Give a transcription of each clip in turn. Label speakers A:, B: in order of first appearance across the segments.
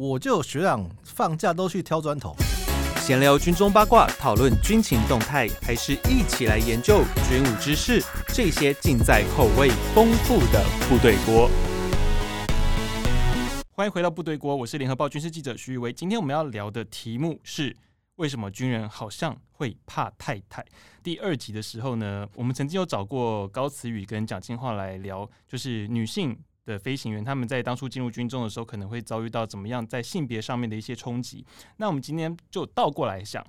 A: 我就有学长放假都去挑砖头。
B: 闲聊军中八卦，讨论军情动态，还是一起来研究军武知识？这些尽在口味丰富的部队锅。欢迎回到部队锅，我是联合报军事记者徐宇威。今天我们要聊的题目是为什么军人好像会怕太太？第二集的时候呢，我们曾经有找过高慈宇跟蒋金化来聊，就是女性。的飞行员，他们在当初进入军中的时候，可能会遭遇到怎么样在性别上面的一些冲击。那我们今天就倒过来想，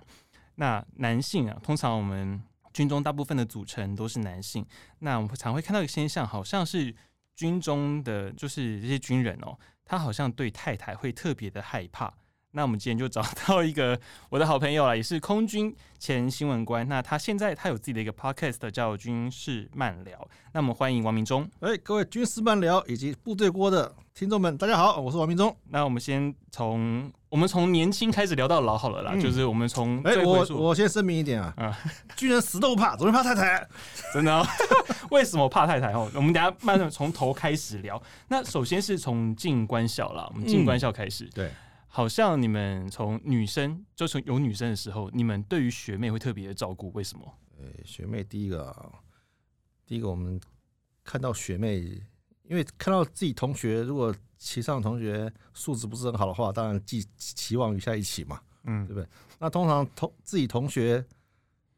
B: 那男性啊，通常我们军中大部分的组成都是男性，那我们常会看到一个现象，好像是军中的就是这些军人哦，他好像对太太会特别的害怕。那我们今天就找到一个我的好朋友了，也是空军前新闻官。那他现在他有自己的一个 podcast 叫《军事漫聊》。那我们欢迎王明忠。
A: 哎，各位军事漫聊以及部队锅的听众们，大家好，我是王明忠。
B: 那我们先从我们从年轻开始聊到老好了啦，
A: 嗯
B: 就是我们从
A: 哎，
B: 最
A: 我
B: 回溯
A: 我先声明一点啊，
B: 啊
A: 军人死都不怕，怎么会怕太太？
B: 真的、哦，为什么怕太太哦？我们等一下慢慢从头开始聊。那首先是从进官校啦，我们进官校开始。
A: 对，
B: 好像你们从女生，就从有女生的时候，你们对于学妹会特别的照顾，为什么？
A: 哎学妹第一个啊，第一个我们看到学妹，因为看到自己同学如果其上的同学素质不是很好的话，当然寄期望于在一起嘛。
B: 嗯
A: 那通常同自己同学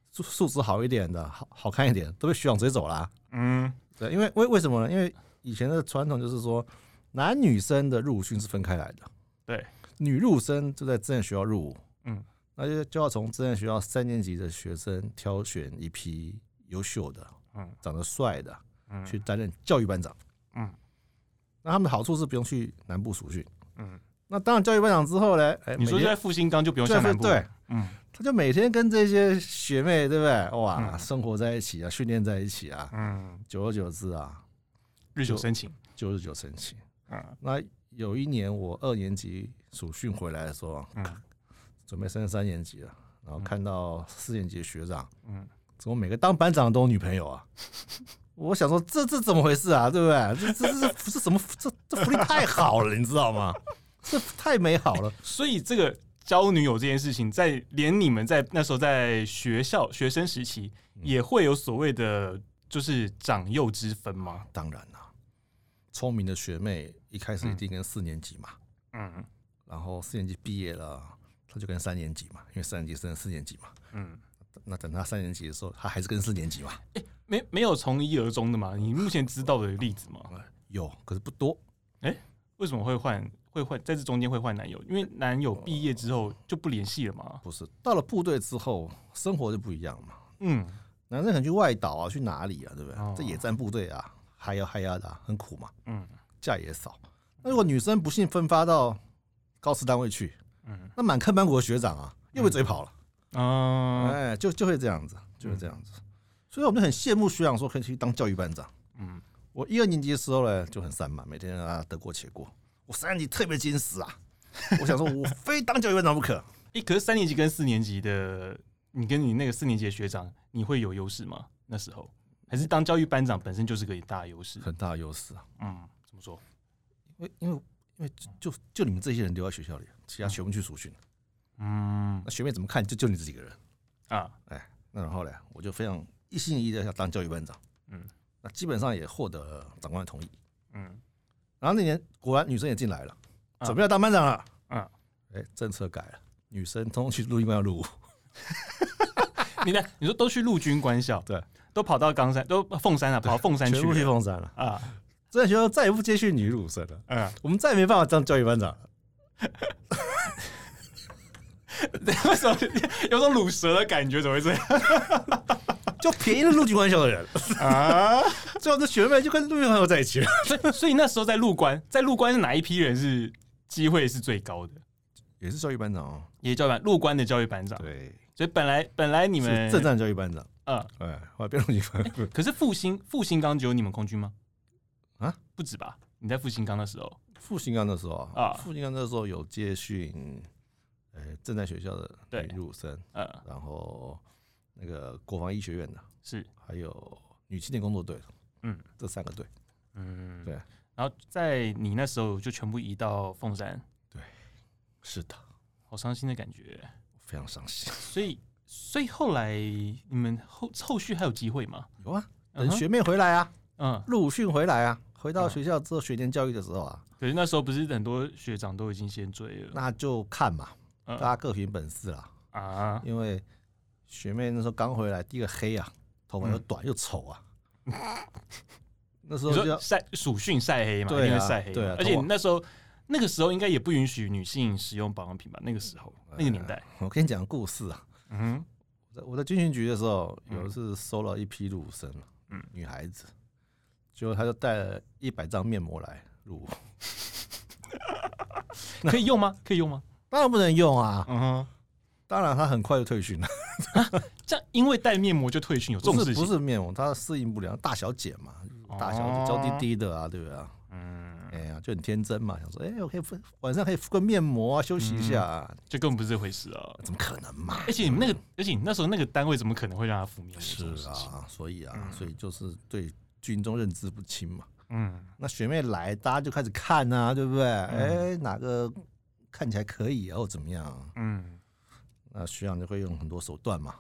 A: 素素质好一点的，好好看一点，都被学长追走啦、啊
B: 嗯
A: 对，因为为为什么呢？因为以前的传统就是说，男女生的入伍训是分开来的。
B: 对，
A: 女入生就在志愿学校入伍，
B: 嗯，
A: 那就就要从志愿学校三年级的学生挑选一批优秀的、
B: 嗯
A: 长得帅的
B: 嗯
A: 去担任教育班长。
B: 嗯，
A: 那他们的好处是不用去南部暑训。
B: 嗯，
A: 那当了教育班长之后呢？哎，
B: 你说
A: 每
B: 就
A: 天
B: 在复兴岗就不用
A: 对
B: 下
A: 对
B: 南部，
A: 对，，
B: 嗯
A: 他就每天跟这些学妹，对不对？哇，
B: 嗯
A: 生活在一起啊，训练在一起啊，
B: 嗯，
A: 久而久之啊，
B: 日久生情，
A: 九十九成起。
B: 嗯
A: 那有一年我二年级暑训回来的时候，啊
B: 嗯
A: 准备升三年级了，然后看到四年级的学长，
B: 嗯，
A: 怎么每个当班长的都有女朋友啊？ 我想说这这怎么回事啊？对不对？这这这这这什么？这这福利太好了，你知道吗？这太美好了。
B: 所以这个交女友这件事情，在连你们在那时候在学校学生时期，也会有所谓的就是长幼之分吗？
A: 当然啦、聪明的学妹一开始一定跟四年级嘛，
B: 嗯
A: 然后四年级毕业了，她就跟三年级嘛，因为三年级升四年级嘛。
B: 嗯，
A: 那等她三年级的时候，她还是跟四年级嘛。
B: 没没有从一而终的嘛？你目前知道的例子吗？
A: 有，可是不多。
B: 为什么会换会换在这中间会换男友？因为男友毕业之后就不联系了嘛。
A: 不是，到了部队之后，生活就不一样嘛。
B: 嗯
A: 男生可能去外岛啊，去哪里啊，对不对？
B: 哦
A: 这野战部队啊，嗨呀嗨呀的啊、很苦嘛，
B: 嗯
A: 假也少。那如果女生不幸分发到高师单位去，
B: 嗯
A: 那满坑满谷的学长啊，又被追跑了，
B: 啊
A: 哎，就就会这样子，就会这样子。所以我们就很羡慕学长说可以去当教育班长。
B: 嗯
A: 我一二年级的时候呢，就很散漫，每天啊得过且过。我三年级特别矜持啊， 我想说我非当教育班长不可。
B: 诶，可是三年级跟四年级的，你跟你那个四年级的学长，你会有优势吗？那时候还是当教育班长本身就是个大优势。
A: 很大的优势啊，
B: 嗯，怎么说？
A: 因为因为因为就就就你们这些人留在学校里，啊其他全部去暑训了。
B: 嗯
A: 那学妹怎么看？就就你自己一个人。
B: 啊，
A: 那然后呢，我就非常一心一意的要当教育班长。
B: 嗯
A: 那基本上也获得了长官的同意。
B: 嗯
A: 然后那年果然女生也进来了，
B: 啊
A: 准备要当班长了。
B: 嗯，
A: 哎，政策改了，女生通通去录音班要入伍。
B: 你看，你说都去陆军官校，
A: 嗯 对，
B: 都跑到冈山，都呃凤山了，啊跑到凤山
A: 全部去
B: 去
A: 凤山了。
B: 啊，
A: 这学校再也不接续女入伍生了，
B: 嗯，
A: 我们再也没办法当教育班长了。
B: 为什么 有种卤蛇的感觉？怎么会这样
A: 就便宜了陆军官校的人，
B: 啊？
A: 最后这学妹就跟陆军官校在一起了。
B: 所以，所以那时候在陆官，在陆官是哪一批人是机会是最高的？
A: 也是教育班长哦，
B: 也教育班，陆官的教育班长。
A: 对，
B: 所以本来本来啊你
A: 你
B: 们
A: 们正战教育班长，
B: 啊，
A: 哎，后来变陆军官校。
B: 可是复兴复兴刚只有你们空军吗？
A: 啊，
B: 不止吧？你在复兴刚的时候，
A: 复兴岗的时候
B: 啊
A: 复兴岗那时候有接训，呃，正在学校的
B: 对
A: 女入伍生，
B: 呃，
A: 然后那个国防医学院的，
B: 是
A: 还有女青年工作队，
B: 嗯，
A: 这三个队。
B: 嗯，
A: 对。
B: 然后在你那时候就全部移到凤山，
A: 对，是的，
B: 好伤心的感觉。
A: 非常伤心。
B: 所以，所以后来你们后后续还 有机会吗？
A: 有啊，
B: 嗯
A: 等
B: 哼
A: 学妹回来啊，
B: 嗯，
A: 陆训回来啊，回到
B: 嗯
A: 学校之后学年教育的时候啊，
B: 可是那时候不是很多学长都已经先追了
A: 那就看嘛，
B: 嗯
A: 大家各凭本事啦。
B: 啊？
A: 因为学妹那时候刚回来，第一个黑啊，头发又短又丑 啊，那时候
B: 嗯你
A: 就
B: 说
A: 要
B: 晒暑训晒黑嘛，
A: 对啊
B: 因为晒黑嘛，
A: 对啊
B: 而且
A: 头发
B: 那时候那个时候应该也不允许女性使用保养品吧？那个时候
A: 啊
B: 那个年代，
A: 我跟你讲个故事啊，
B: 嗯哼，
A: 我在我在军训局的时候，
B: 嗯
A: 有一次收了一批入伍生，啊
B: 嗯
A: 女孩子，结果她就带了一百张面膜来入伍，
B: 可以用 吗？可以用吗？
A: 当然不能用啊，
B: 嗯哼，
A: 当然她很快就退训 了，
B: 这样因为戴面膜就退训，有这种
A: 不
B: 事
A: 是
B: 情
A: 不是面膜，她适应不良，大小姐嘛，大小姐娇滴，滴的啊，对不对啊？
B: 哦嗯，
A: 哎呀，就很天真嘛，想说，哎，我可以敷晚上可以敷个面膜啊，休息一下啊，
B: 这哦根本不是这回事 啊！
A: 怎么可能嘛？
B: 而且你们那个，而且你那时候那个单位怎么可能会让他敷面膜？
A: 是，啊，所以啊
B: 嗯，
A: 所以就是对军中认知不清嘛。
B: 嗯，
A: 那学妹来，大家就开始看啊，对不对？哎、哪个看起来可以啊，或怎么样啊？
B: 嗯，
A: 那学长就会用很多手段嘛。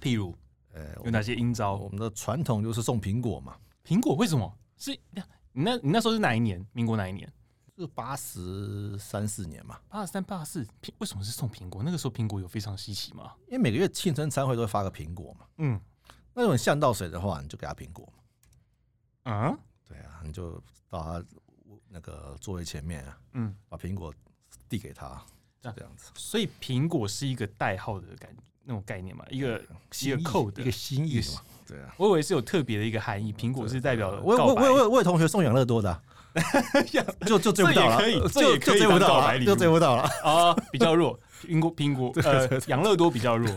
B: 譬如
A: 呃，我
B: 有
A: 们
B: 哪些阴招？
A: 我们的传统就是送苹果嘛，
B: 苹果为什么是？你那你那时候是哪一年？民国哪一年？
A: 就八十三四年嘛，
B: 八三八四，苹为什么是送苹果？那个时候苹果有非常稀奇吗？
A: 因为每个月庆生餐会都会发个苹果嘛。
B: 嗯
A: 那如果你像到谁的话，你就给他苹果嘛。
B: 啊
A: 对啊，你就到他那个座位前面啊，
B: 嗯，
A: 把苹果递给他，
B: 这
A: 这
B: 样
A: 样子。
B: 所以苹果是一个代号的感那种概念嘛，一个
A: 嗯
B: 一个
A: 心意
B: 扣的
A: 一个。心意
B: 一个
A: 嘛。对啊，
B: 我以为是有特别的一个含
A: 嗯
B: 义，苹果是代表
A: 我
B: 告
A: 我
B: 白
A: 我有我有同学送养乐多的 啊、就就追不到了，
B: 这也可以这也
A: 就
B: 可
A: 就
B: 以
A: 追不
B: 当
A: 到
B: 告白
A: 了，
B: 礼物
A: 就追不到了。
B: 啊，比较弱。苹果苹果呃，养乐多比较弱。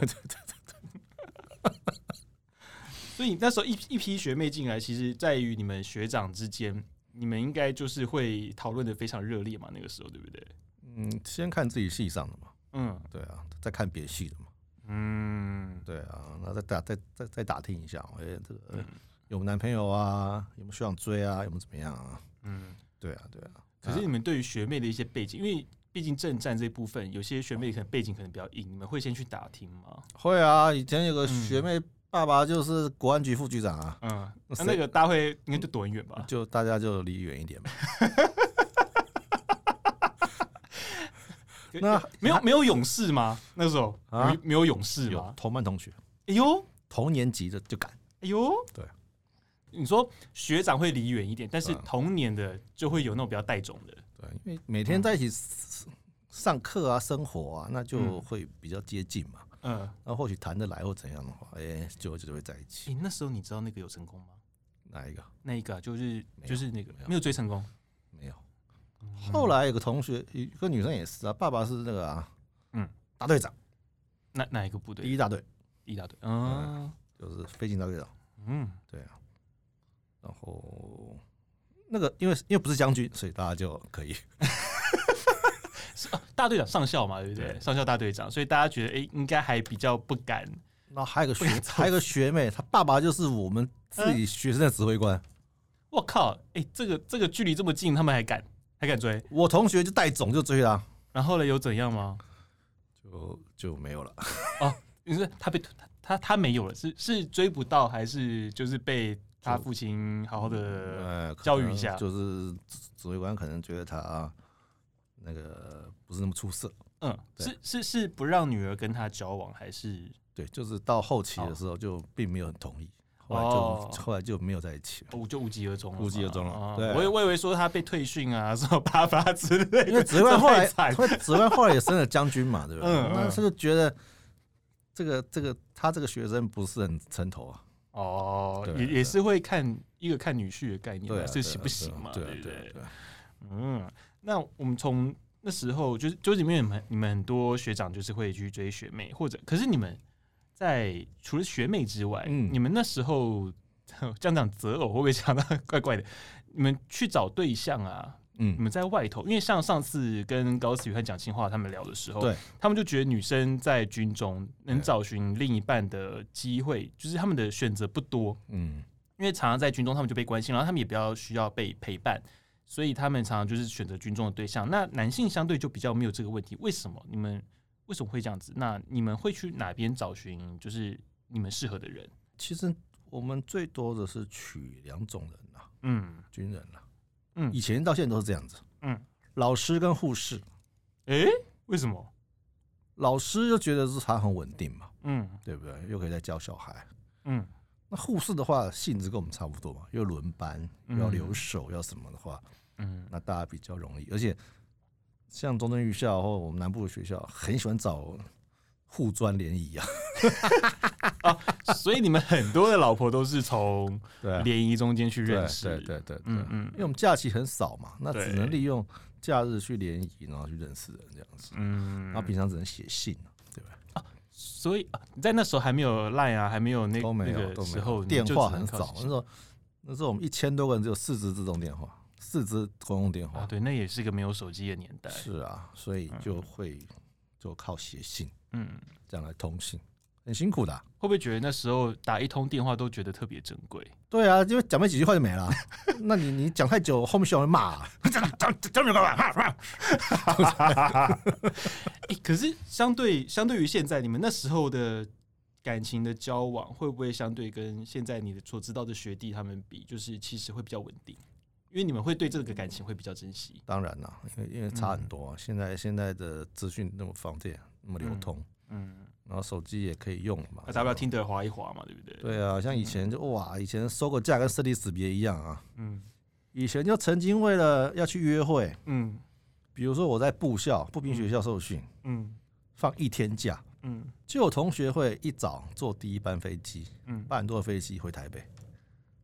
B: 所以那时候一一批学妹进来，其实在于你们学长之间，你们应该就是会讨论的非常热烈嘛，那个时候对不对？
A: 嗯，先看自己系上的嘛，
B: 嗯
A: 对啊，再看别系的嘛，
B: 嗯
A: 对啊，那再打再再再打听一下，哎、这个、
B: 嗯
A: 有没有男朋友啊，有没有学长追啊，有没有怎么样啊？
B: 嗯。
A: 对啊，对啊，
B: 可是你们对于学妹的一些背景，因为毕竟正战这部分，有些学妹可能背景可能比较硬，你们会先去打听吗？
A: 会啊，以前有个学妹爸爸就是国安局副局长啊，
B: 嗯，那、
A: 谁嗯
B: 那个大家会应该就躲很远吧？
A: 就大家就离远一点 嘛。那
B: 没有没有勇士吗？那时候、
A: 啊
B: 没没有勇士
A: 有
B: 吗？
A: 同班同学，
B: 哎呦
A: 同年级的就敢。
B: 哎呦，
A: 对，
B: 你说学长会离远一点，但是
A: 对啊
B: 同年的就会有那种比较带种的，
A: 对，因为每
B: 嗯
A: 天在一起 s- 上课啊、生活啊，那就
B: 嗯
A: 会比较接近嘛。
B: 嗯，
A: 那或许谈得来或怎样的话，哎、久而久之会在一
B: 诶
A: 起。
B: 那时候你知道那个有成功吗？
A: 哪一个？
B: 那一个啊、就是
A: 没有
B: 就是那个
A: 没有
B: 没有追成功，
A: 没有。
B: 嗯
A: 后来有个同学，一个女生也是啊，爸爸是那个啊，
B: 嗯，
A: 大队长，
B: 哪哪一个部
A: 第
B: 队？
A: 一大队
B: 一大队，嗯
A: 就是飞行大队长，
B: 嗯
A: 对啊。然后那个因为因为不是将军，所以大家就可以。
B: 是啊，大队长上校嘛，对不对？
A: 对
B: 上校大队长，所以大家觉得，哎、应该还比较不敢。
A: 然后还有个 学
B: 不要，吵
A: 还有个学妹，她爸爸就是我们自己学生的指挥官。
B: 我靠，哎、这个这个距离这么近，他们还敢还敢追？
A: 我同学就带种就追啦，
B: 然后呢，有怎样吗？
A: 就就没有了。
B: 你是他被他他他没有了，是是追不到，还是就是被他父亲好好的？
A: 呃，可
B: 教育一
A: 能
B: 下
A: 就是指指挥官可能觉得他那个不是那么出色，
B: 嗯，
A: 对
B: 是是是不让女儿跟他交往，还是
A: 对，就是到后期
B: 哦
A: 的时候就并没有很同意，后来就、
B: 哦
A: 后来就没有在一起了，
B: 我哦就无疾而终了嘛？
A: 无疾而终了
B: 啊
A: 对
B: 我以我以为说他被退训啊，什么爸爸之类的，
A: 因为指挥官后来
B: 这太惨，
A: 后来指挥官后来也升了将军嘛，对吧？
B: 嗯嗯
A: 那他就觉得这个这个他这个学生不是很成头啊，
B: 哦，
A: 对
B: 也
A: 啊
B: 也
A: 对
B: 是会看一个看女婿的概念嘛，
A: 对啊，
B: 这
A: 对啊
B: 行不行嘛？
A: 对啊
B: 不
A: 对啊
B: 对？
A: 对啊，
B: 嗯，那我们从那时候就是就是里面你们你们很多学长就是会去追学妹，或者可是你们在除了学妹之外，
A: 嗯
B: 你们那时候 这样讲择偶会不会讲到怪怪的？你们去找对象啊？你
A: 嗯，
B: 们在外头，因为像上次跟高思宇和蒋庆华他们聊的时候，
A: 对，
B: 他们就觉得女生在军中能
A: 对
B: 找寻另一半的机会，就是他们的选择不多。
A: 嗯，
B: 因为常常在军中，他们就被关心，然后他们也比较需要被陪伴，所以他们常常就是选择军中的对象。那男性相对就比较没有这个问题，为什么？你们为什么会这样子？那你们会去哪边找寻就是你们适合的人？
A: 其实我们最多的是取两种人啊，
B: 嗯，
A: 军人啊，
B: 嗯
A: 以前到现在都是这样子，
B: 嗯，
A: 老师跟护士，
B: 诶、为什么？
A: 老师就觉得是他很稳定嘛，
B: 嗯
A: 对不对？又可以再教小孩。
B: 嗯
A: 那护士的话，性质跟我们差不多嘛，又轮班，又
B: 嗯
A: 要留守，要什么的话，
B: 嗯
A: 那大家比较容易。而且像中正预校或我们南部的学校，很喜欢找护专联谊啊，
B: 所以你们很多的老婆都是从
A: 对啊
B: 联谊中间去
A: 对
B: 认识，
A: 对对对对，
B: 嗯嗯
A: 因为我们假期很少嘛，那只能
B: 对
A: 利用假日去联谊，然后去认识人这样子。
B: 嗯，
A: 然后平常只能写信啊，对吧？
B: 所以啊你在那时候还没有 Line 啊，还没有那
A: 都没
B: 那
A: 有，
B: 个
A: 都没
B: 时候
A: 有。
B: 你
A: 电
B: 就
A: 话
B: 只
A: 很
B: 能靠
A: 少，那
B: 信
A: 时候那时候我们一千多个人只有四支自动电话，四支公用电
B: 啊，
A: 话。
B: 对，那也是个没有手机的年代。
A: 是啊，所以就会就靠写信
B: 嗯，
A: 这样来通信，很辛苦的啊、
B: 会不会觉得那时候打一通电话都觉得特别珍贵？
A: 对啊，因为讲没几句话就没了啊。 那你你讲太久，后面学校会骂啊、讲讲讲没办法。
B: 哎、可是相对相对于现在，你们那时候的感情的交往，会不会相对跟现在你的所知道的学弟他们比，就是其实会比较稳定？因为你们会对这个感情会比较珍惜。
A: 当然啦、因为因为差很
B: 嗯
A: 多、啊。现在现在的资讯那么方便，那么流通，
B: 嗯，
A: 然后手机也可以用嘛。
B: 啊那大家要听得嗯划一划嘛，对不对？，
A: 对啊，像以前就哇，以前收个假跟生离死别一样啊。
B: 嗯
A: 以前就曾经为了要去约会，
B: 嗯
A: 比如说我在部校步兵学校受训，
B: 嗯
A: 放一天假，
B: 嗯
A: 就有同学会一早坐第一班飞机，
B: 嗯，
A: 八点多的飞机回台北，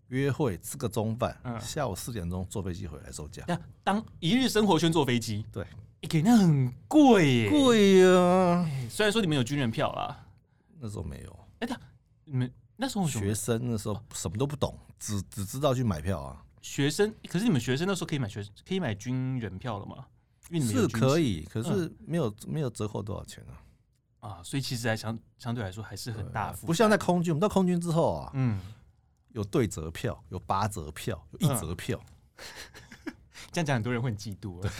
A: 约会吃个中饭，
B: 嗯
A: 下午四点钟坐飞机回来收假，
B: 那当一日生活圈坐飞机，
A: 对
B: 欸，给那很贵耶。
A: 贵呀！
B: 虽然说你们有军人票啦，
A: 那时候没有，
B: 你们那时候有什么
A: 学生那时候什么都不懂，只只知道去买票啊，
B: 学生，可是你们学生那时候可以买学可以买军人票了吗？因为你们有
A: 是
B: 军嗯
A: 可
B: 籍
A: 以，可是没有没有折扣多少钱啊，
B: 啊，所以其实还相相对来说还是很大负担，
A: 不像在空军，我们到空军之后啊，
B: 嗯，
A: 有对折票，有八折票，有一折票。
B: 这样讲很多人会很嫉妒啊。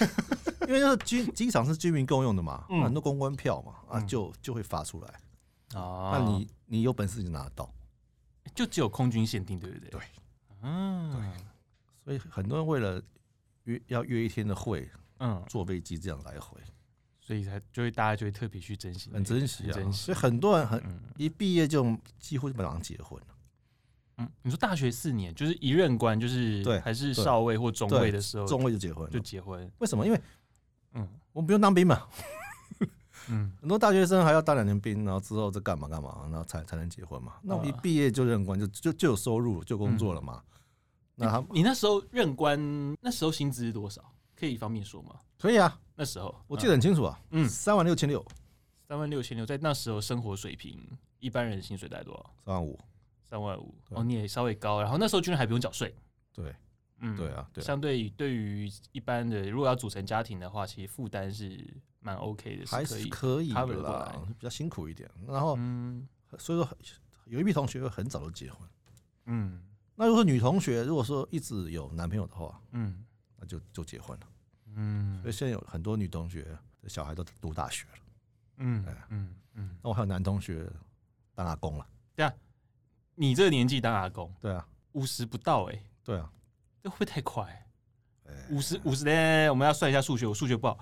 A: 因为那个机 机场是居民共用的嘛，
B: 嗯
A: 很多公关票嘛，啊
B: 嗯
A: 就就会发出来。
B: 啊
A: 那你你有本事你就拿得到，
B: 就只有空军限定，对不对？
A: 对，
B: 嗯，
A: 所以很多人为了约要约一天的会，
B: 嗯，
A: 坐飞机这样来回，
B: 所以才就会大家就会特别去珍惜那个，
A: 很珍惜啊。
B: 很珍惜。
A: 所以很多人很
B: 嗯
A: 一毕业就几乎就马上结婚了。
B: 嗯，你说大学四年就是一任官，就是
A: 对
B: 还是
A: 对
B: 少尉或中
A: 对
B: 尉的时候，
A: 中尉就结婚
B: 就
A: 了，
B: 结婚。
A: 为什么？因为
B: 嗯
A: 我们不用当兵嘛，
B: 嗯，
A: 很多大学生还要当两年兵，然后之后再干嘛干嘛，然后才才能结婚嘛。那我们一
B: 嗯
A: 毕业就任官，就就就有收入，就工作了嘛。那他
B: 你那时候任官，那时候薪资是多少？可以方便说吗？
A: 可以啊，
B: 那时候
A: 我记得很清楚啊，
B: 嗯
A: 三万六千六，
B: 三万六千六，在那时候生活水平，一般人薪水大概多少？
A: 三万五，
B: 三万五。
A: 对
B: 哦，你也稍微高。然后那时候军人还不用缴税。
A: 对
B: 嗯，
A: 对啊，对啊。
B: 相对于对于一般的，如果要组成家庭的话，其实负担是蛮 OK 的，
A: 还
B: 可
A: 是
B: 以。
A: 可以
B: cover 得过
A: 啦
B: 来，
A: 比较辛苦一点。然后
B: 嗯
A: 所以说，有一批同学很早就结婚。
B: 嗯
A: 那如果女同学如果说一直有男朋友的话，
B: 嗯
A: 那就就结婚了。所
B: 嗯
A: 以现在有很多女同学的小孩都读大学了，
B: 嗯
A: 哎
B: 嗯嗯。
A: 那我还有男同学当阿公了。
B: 你这个年纪当阿公，
A: 对啊，
B: 五十不到哎、
A: 对啊，
B: 这会不会太快？
A: 哎
B: 五十五十呢？我们要算一下数学，我数学不好。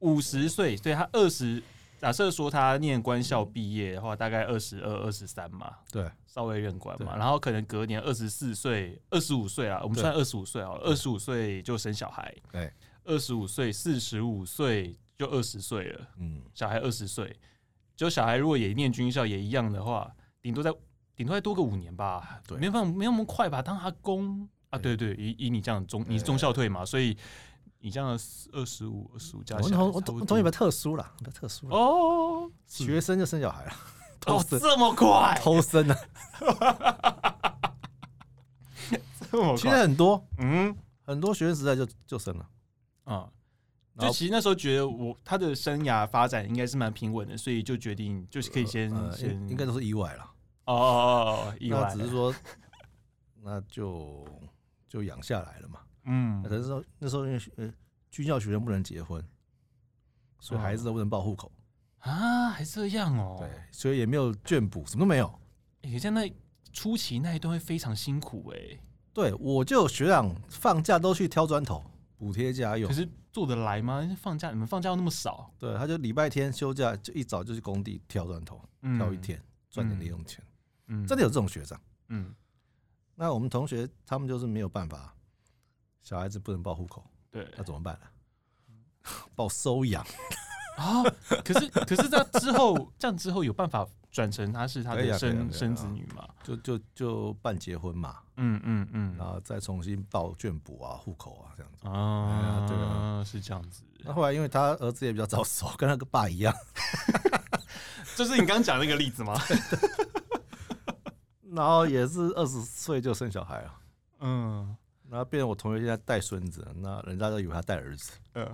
B: 五十岁，所以他二十，假设说他念官校毕业的话，大概二十二、二十三嘛，
A: 对
B: 稍微任官嘛。
A: 对
B: 然后可能隔年二十四岁、二十五岁啊，我们
A: 对
B: 算二十五岁好了，二十五岁就生小孩，
A: 对，
B: 二十五岁、四十五岁就二十岁了，
A: 嗯，
B: 小孩二十岁，就小孩如果也念军校也一样的话，顶多再顶多再多个五年吧，
A: 对
B: 没办法，没那么快吧，当阿公啊，对
A: 对
B: 对，以以你这样中，你是中校退嘛，所以你这样二十五、二十五加
A: 我
B: 起
A: 们
B: 来，
A: 同我同我同学比较特殊啦，比较特殊啦，
B: 哦，是
A: 学生就生小孩了， 偷
B: 哦
A: 生
B: 这么快，
A: 偷生啊，
B: 这么
A: 现在
B: 快，
A: 很多
B: 嗯
A: 很多学生时代就就生了，
B: 啊。
A: 然
B: 就
A: 后
B: 其实那时候觉得我他的生涯发展应该是蛮平稳的，所以就决定就是可以先
A: 呃，
B: 先
A: 应应该都是意外了。
B: 哦哦哦哦意
A: 那
B: 外
A: 只是说，那就就养下来了嘛。
B: 嗯
A: 可能说那时候因为呃军校学生不能结婚，所以孩子都不能报户口，
B: 啊，还这样哦。
A: 对，所以也没有眷补，什么都没有。
B: 欸，可是那初期那一段会非常辛苦哎、
A: 对我就有学长放假都去挑砖头补贴家用
B: 可，是做得来吗？放假你们放假又那么少，
A: 对，他就礼拜天休假就一早就去工地挑砖头，
B: 嗯
A: 挑一，天赚点零用钱，
B: 嗯
A: 真的有这种学长。
B: 嗯，
A: 那我们同学他们就是没有办法，小孩子不能报户口，
B: 对
A: 那怎么办呢、啊 报收养
B: 啊、可是可是这之后，这样之后有办法转成他是他
A: 可以
B: 的
A: 啊可以啊
B: 生
A: 可以啊
B: 生子女嘛？
A: 就就就办结婚嘛，
B: 嗯嗯嗯
A: 然
B: 啊
A: 后再重新报眷补啊、户口啊这样子。
B: 啊，
A: 对啊
B: 是这样子。
A: 那后来因为他儿子也比较早熟，跟他个爸一样，
B: 这是你刚刚讲那个例子吗？
A: 然后也是二十岁就生小孩了， 啊
B: 嗯
A: 然后变成我同学现在带孙子，那人家都以为他带儿子。
B: 呃，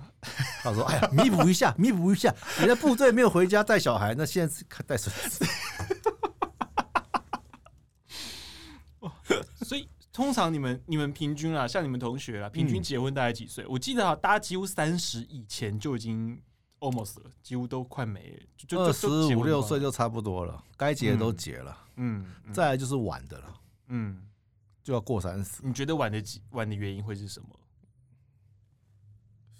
A: 他说：“哎呀，弥补一下，弥补一下，人家部队没有回家带小孩，那现在是带孙 子。
B: 所以通常你们你们平均啊，像你们同学啊，平均
A: 嗯
B: 结婚大概几岁？我记得啊，大家几乎三十以前就已经 almost 了，几乎都快没了，就就
A: 二
B: 就
A: 十
B: 就结
A: 五
B: 婚
A: 六
B: 吧
A: 岁就差不多了，该结的都结了，
B: 嗯，嗯
A: 再来就是晚的了，
B: 嗯，
A: 就要过三十。
B: 你觉得晚的几晚的原因会是什么？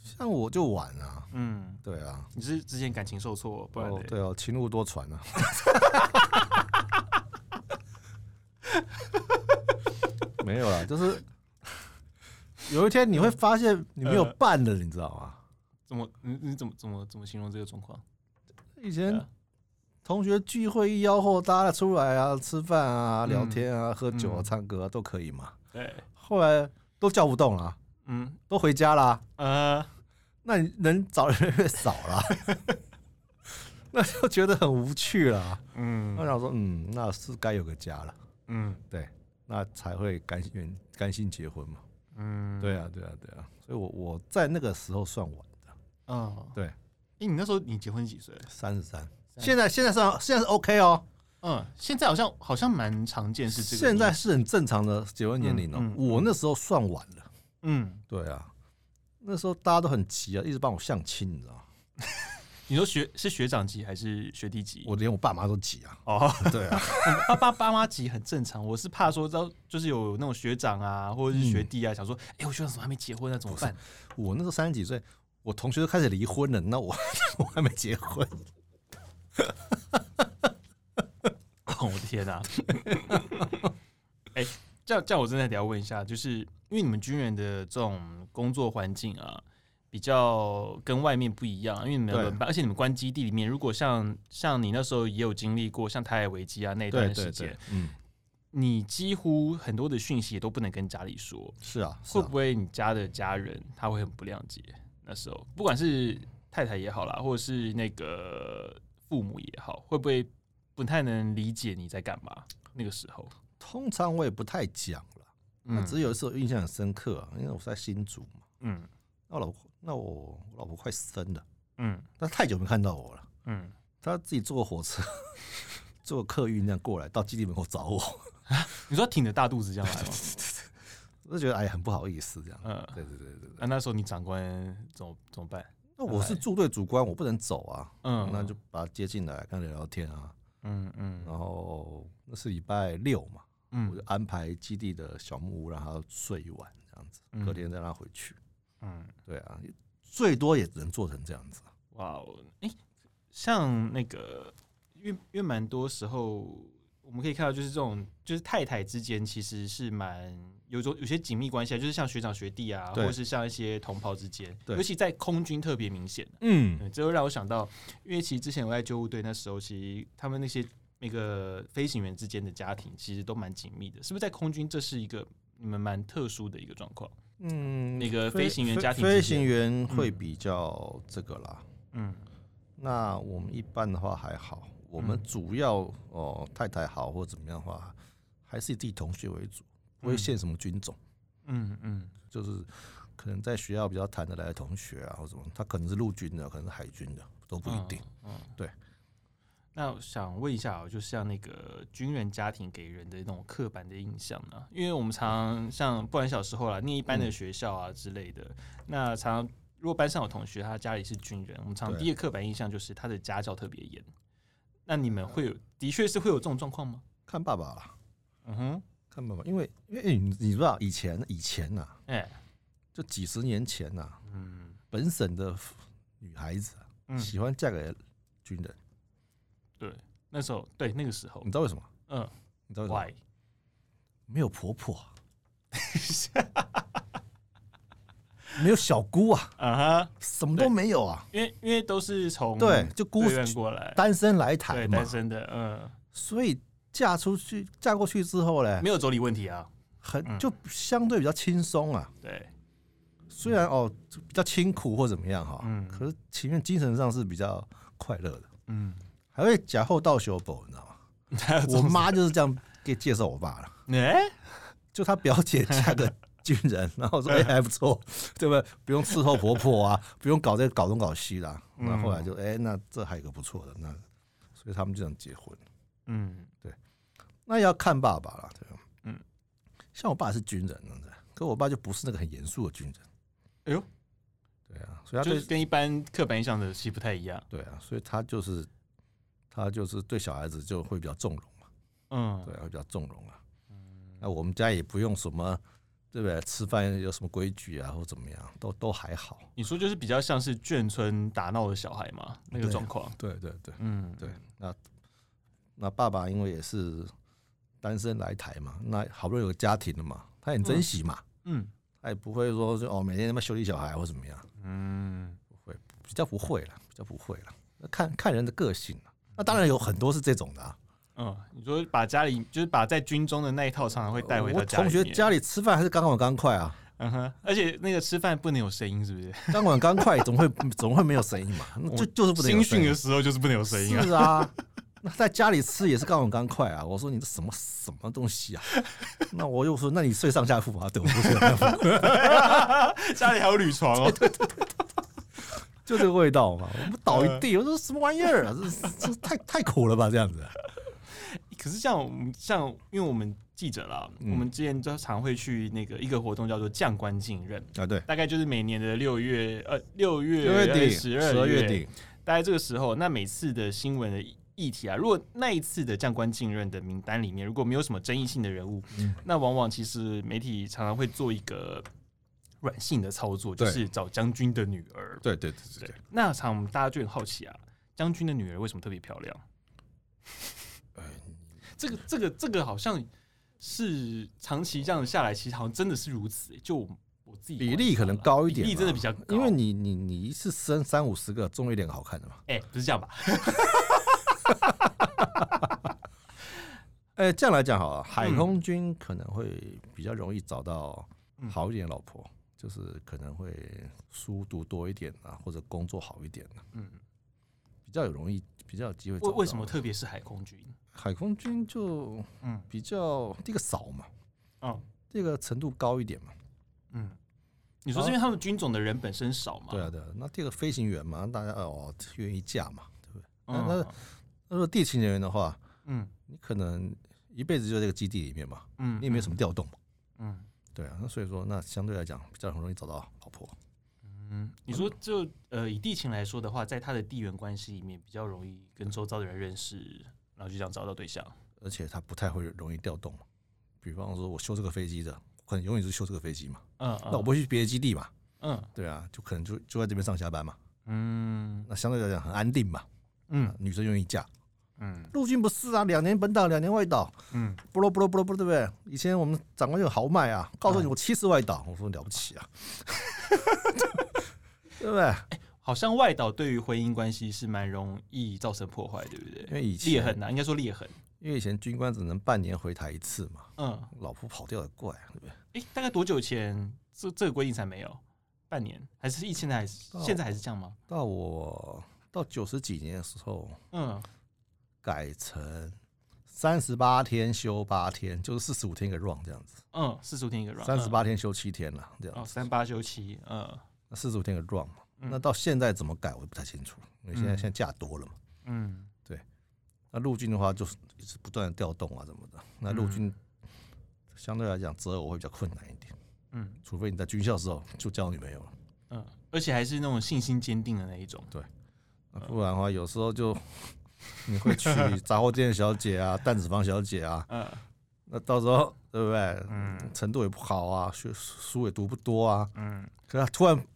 A: 像我就晚啊，
B: 嗯，
A: 对啊，
B: 你是之前感情受挫，不然
A: 哦
B: 嘞
A: 对哦，情路多舛 啊。没有啦，就是有一天你会发现你没有
B: 呃
A: 伴了，你知道吗？
B: 怎么你你怎么怎么怎么形容这个状况？
A: 以前
B: 啊
A: 同学聚会一吆喝，大家出来啊，吃饭啊，聊
B: 嗯
A: 天啊，喝酒啊，
B: 嗯
A: 唱歌啊都可以嘛。
B: 对，
A: 后来都叫不动了，
B: 嗯
A: 都回家啦，
B: 呃，
A: 那你能找的人越少 了，那就觉得很无趣了。我
B: 嗯
A: 想说，嗯，那是该有个家了，
B: 嗯
A: 那才会甘愿甘心结婚嘛。
B: 嗯，
A: 对啊，对啊，对啊。所以我我在那个时候算晚的，
B: 嗯
A: 对
B: 哎，你那时候你结婚几岁？
A: 三十三。
B: 33
A: 现在现在算现在是 OK 哦，
B: 嗯，现在好像好像蛮常见是这个年纪，
A: 现在是很正常的结婚年龄哦
B: 嗯嗯。嗯
A: 我那时候算晚了。
B: 嗯，
A: 对啊，那时候大家都很急啊，一直帮我相亲，你知道吗？
B: 你说学是学长级还是学弟级？
A: 我连我爸妈都急啊。
B: 哦，
A: 对啊，
B: 爸爸爸妈级很正常，我是怕说到就是有那种学长啊，或者是学弟啊，想说，哎、我学长怎么还没结婚啊？怎么办？
A: 我那时候三十几岁，我同学都开始离婚了，那我 我还没结婚。
B: 哦我的 天哪、 哎、这样这样，我真的得要问一下，就是因为你们军人的这种工作环境啊，比较跟外面不一样，啊因为你们有
A: 对
B: 轮班，而且你们关基地里面，如果像像你那时候也有经历过像台海危机啊那段时间，，
A: 嗯，
B: 你几乎很多的讯息也都不能跟家里说，
A: 是啊，是
B: 会
A: 啊
B: 不，会你家的家人他会很不谅解？那时候不管是太太也好啦，或者是那个父母也好，会不会不太能理解你在干嘛？那个时候，
A: 通常我也不太讲了，那
B: 嗯
A: 只有一次我印象很深刻、啊，因为我是在新竹嘛，
B: 嗯
A: 那我老婆，那我我老婆快生了，
B: 嗯
A: 她太久没看到我了，
B: 嗯，
A: 她自己坐火车。 坐客运这样过来到基地门口找我，
B: 你说挺着大肚子这样 来吗？
A: 我就觉得哎很不好意思这样。
B: 嗯，
A: 对对对对对，
B: 那、那时候你长官怎么怎么办？
A: 那我是驻队主官，我不能走啊。
B: 嗯，
A: 那就把他接进来跟他聊聊天啊。
B: 嗯嗯
A: 然后那是礼拜六嘛，我就
B: 嗯
A: 安排基地的小木屋让他睡一晚，这样子，
B: 嗯
A: 隔天再让他回去。
B: 嗯，
A: 对啊，最多也只能做成这样子。啊
B: 哇哦，哎、像那个，因为因为蛮多时候我们可以看到，就是这种就是太太之间其实是蛮有种有些紧密关系啊，就是像学长学弟啊，或
A: 对
B: 者是像一些同袍之间，
A: 对
B: 尤其在空军特别明显。
A: 嗯，
B: 嗯，这会让我想到，因为其实之前我在救护队那时候，其实他们那些那个飞行员之间的家庭其实都蛮紧密的，是不是？在空军这是一个你们蛮特殊的一个状况。
A: 嗯，
B: 那个飞行员家庭之间
A: 飞行员会比较这个啦。
B: 嗯
A: 那我们一般的话还好，我们
B: 嗯
A: 主要哦、太太好或怎么样的话，还是以自己同学为主，不会限什么军种。
B: 嗯嗯
A: 就是可能在学校比较谈得来的
B: 哦
A: 同学啊，或什么，他可能是陆军的，可能是海军的，都不一定。
B: 嗯，嗯
A: 对。
B: 那我想问一下哦，就是像那个军人家庭给人的那种刻板的印象呢、因为我们常像不然小时候啦，念一般的
A: 嗯
B: 学校啊之类的，那常如果班上有同学他家里是军人，我们常
A: 对
B: 第一个刻板印象就是他的家教特别严。那你们会有，的确是会有这种状况吗？
A: 看爸爸啦，
B: 嗯哼，
A: 看爸爸，因为因为你你知道以前以前呐、
B: 哎、
A: 就几十年前呐、
B: 嗯
A: 本省的女孩子啊、
B: 嗯，
A: 喜欢嫁给军人，
B: 那时候对那个时候
A: 你，知道为什么？
B: 嗯
A: 你知道为什么？
B: ，why？
A: 没有婆婆，啊 没有小姑啊，
B: 啊哈，
A: 什么都没有啊。
B: 因为因为都是从
A: 对，就孤
B: 对院过来，
A: 单身来
B: 对
A: 台嘛
B: 单，身的，嗯，
A: 所以嫁出去嫁过去之后嘞，
B: 没有妯娌问题啊，嗯
A: 很就相对比较轻松啊。
B: 对，
A: 虽然哦就比较清苦或怎么样哈，
B: 嗯
A: 可是情愿精神上是比较快乐的，
B: 嗯，
A: 还会假后到修补，你知道 吗？我妈就是这样给介绍我爸了，
B: 哎，
A: 就她表姐嫁 个军人，然后说哎、还不错，对不对？不用伺候婆婆啊，不用搞这个搞东搞西啦。
B: 嗯
A: 那后来就哎、那这还有个不错的，那所以他们就想结婚。
B: 嗯
A: 那也要看爸爸了，对吧？
B: 嗯
A: 嗯，像我爸是军人，真的，可我爸就不是那个很严肃的军人。
B: 哎呦，
A: 对啊，所以他
B: 就
A: 对
B: 是跟一般刻板印象的戏不太一样，
A: 对啊，所以他就是他就是对小孩子就会比较纵容嘛，
B: 嗯，
A: 对、啊，会比较纵容啊。那我们家也不用什么，对不对？吃饭有什么规矩啊，或怎么样，都都还好。
B: 你说就是比较像是眷村打闹的小孩嘛，那个
A: 对
B: 状况，
A: 对对对
B: 嗯，
A: 对，那那爸爸因为也是单身来台嘛，那好不容易有个家庭了嘛，他很珍惜嘛，
B: 嗯
A: 他也不会说就哦每天他妈修理小孩或怎么样。
B: 嗯，
A: 比较不会了，比较不会了。那看看人的个性了。那当然有很多是这种的、啊。
B: 嗯，你说把家里就是把在军中的那一套常常会带回到
A: 我
B: 家里
A: 同学
B: 面
A: 家里吃饭还是钢管钢筷啊，
B: 嗯哼，而且那个吃饭不能有声音，是不是？
A: 钢管钢筷总会总会没有声音 嘛，那就就是不能有
B: 新
A: 声
B: 训
A: 音
B: 的。时候就是不能有声音啊。
A: 是啊， 那在家里吃也是钢管钢筷啊。我说你这什么什么东西啊？ 那我又说，那你睡上下铺啊？对，我不睡上下铺，
B: 家里还有铝床哦。
A: 就这个味道嘛。我们倒一地，我说什么玩意儿啊？ 这这这太太苦了吧？这样子，啊
B: 可是像我们像，因为我们记者啦，
A: 嗯
B: 我们之前就常会去那个一个活动叫做“将官进任
A: 啊，对”，，
B: 大概就是每年的六月呃六月
A: 六月底，
B: 十
A: 十
B: 二
A: 二
B: 月
A: 月，底，
B: 大概这个时候，那每次的新闻的议题啊，如果那一次的将官进任的名单里面如果没有什么争议性的人物，
A: 嗯
B: 那往往其实媒体常常会做一个软性的操作，就
A: 对
B: 是找将军的女儿。
A: 对对对对
B: 对，那场我们大家就很好奇啊，将军的女儿为什么特别漂亮？
A: 呃
B: 这个这个这个好像是长期这样下来，其实好像真的是如此、就我我自己
A: 比
B: 观
A: 例
B: 察
A: 可能
B: 啦
A: 高一点
B: 比例真的
A: 吧
B: 比较高，
A: 因为你你你一次生三五十个，总有一两个好看的嘛。
B: 哎、不是这样吧？
A: 哎、这样来讲好了，海空军可能会比较容易找到
B: 嗯
A: 好一点的老婆，就是可能会书读多一点啊，或者工作好一点啊，
B: 嗯，
A: 比较有容易，比较有机会找
B: 为
A: 到。
B: 为什么特别是海空军？
A: 海空军就
B: 嗯
A: 比较第一个少嘛，
B: 嗯
A: 这个程度高一点嘛？
B: 嗯，你说是因为他们军种的人本身少嘛？
A: 啊对啊，对啊。那第二个飞行员嘛，大家哦愿意嫁嘛，对不对？
B: 嗯，
A: 那那如果地勤人员的话，
B: 嗯
A: 你可能一辈子就在这个基地里面嘛，
B: 嗯，
A: 你也没有什么调动。
B: 嗯
A: 对啊，那所以说，那相对来讲比较容易找到老婆。
B: 嗯，你说就呃以地勤来说的话，在他的地缘关系里面比较容易跟周遭的人认识，然后就这样找到对象。
A: 而且他不太会容易调动嘛。比方说，我修这个飞机的，可能永远是修这个飞机嘛，
B: 嗯，嗯
A: 那我不会去别的基地嘛，
B: 嗯
A: 啊对啊，就可能就就在这边上下班嘛，
B: 嗯
A: 那相对来讲很安定嘛，
B: 嗯
A: 女生愿意嫁。
B: 嗯
A: 陆军不是啊，两年本岛，两年外岛，
B: 嗯，
A: 不咯不咯不咯不咯，对不对？以前我们长官就很豪迈啊，告诉你我七次外岛，我说了不起啊， 对不对？
B: 好像外岛对于婚姻关系是蛮容易造成破坏，对不对
A: 因？为以
B: 裂
A: 前
B: 痕啊，应该说裂痕。
A: 因为以前军官只能半年回台一次嘛，
B: 嗯，
A: 老婆跑掉也怪啊，对不对？
B: 诶，大概多久前这这个规定才没有？半年还是一现在还是
A: 哦
B: 现在还是这样吗？
A: 到我到九十几年的时候，
B: 嗯，
A: 改成三十八天休八天，就是四十五天一个 round 这样子，
B: 嗯，四十五天一个 round，
A: 三十八天休七天了，这
B: 嗯哦，
A: 样
B: 三八休七，嗯
A: 那四十五天一个 round 嘛。
B: 嗯
A: 那到现在怎么改，我也不太清楚了，因为现在
B: 嗯
A: 现在假多了嘛。
B: 嗯
A: 那陆军的话就是一直不断的调动啊什么的，那陆军相对来讲择偶会比较困难一点，
B: 嗯
A: 除非你在军校的时候就交女朋友了，
B: 嗯，而且还是那种信心坚定的那一种。
A: 那啊不然的话有时候就你会 娶杂货店小姐啊、弹子房小姐啊，
B: 嗯
A: 那到时候对不对？
B: 嗯
A: 程度也不好啊，学书也读不多啊，
B: 嗯
A: 可是他突然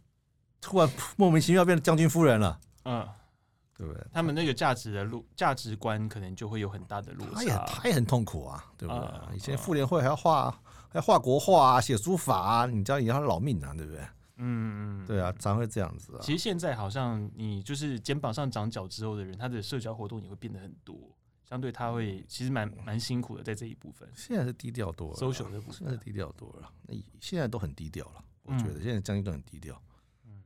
A: 突然莫名其妙变成将军夫人了，
B: 嗯，
A: 对不对？
B: 他们那个价值的路价值观可能就会有很大的落
A: 他也
B: 差。
A: 他也很痛苦啊，对不对？
B: 啊
A: 以前
B: 啊
A: 妇联会还要画还要画国画啊，写书法啊，你叫你要老命啊，对不对？
B: 嗯嗯，嗯
A: 对啊，。常会这样子啊。
B: 其实现在好像你就是肩膀上长角之后的人，他的社交活动也会变得很多，相对他会其实蛮蛮辛苦的在这一部分
A: 现在是低调多了啊，
B: ，social 的部
A: 现在
B: 分
A: 是。低调多了，那以现在都很低调了。我觉得
B: 嗯
A: 现在将军都很低调，